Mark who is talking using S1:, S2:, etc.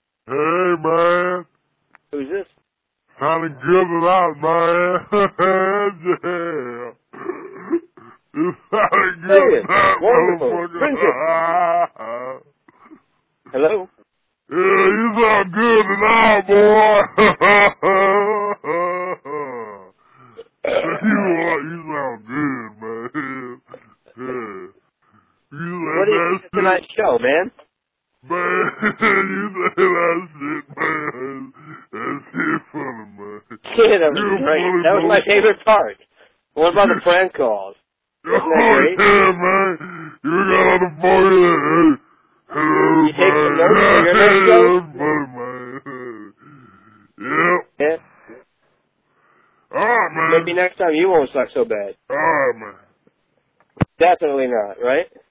S1: you, are, you sound good, man. Yeah. You
S2: What
S1: said
S2: do you
S1: that
S2: think of
S1: shit,
S2: tonight's show, man?
S1: man. you said that shit, man. That shit funny, man.
S2: Yeah, that
S1: You're
S2: was great.
S1: funny,
S2: That was my
S1: motherfucker.
S2: favorite part. What about the prank calls?
S1: Oh,
S2: Isn't that great?
S1: yeah, man. You got on the phone, you're like, hey, hello,
S2: You take some
S1: man.
S2: notes for your next
S1: Yeah,
S2: show?
S1: that's funny, man. Yep.
S2: Yeah.
S1: All right, man.
S2: Maybe next time you won't suck so bad.
S1: All right, man.
S2: Definitely not, right?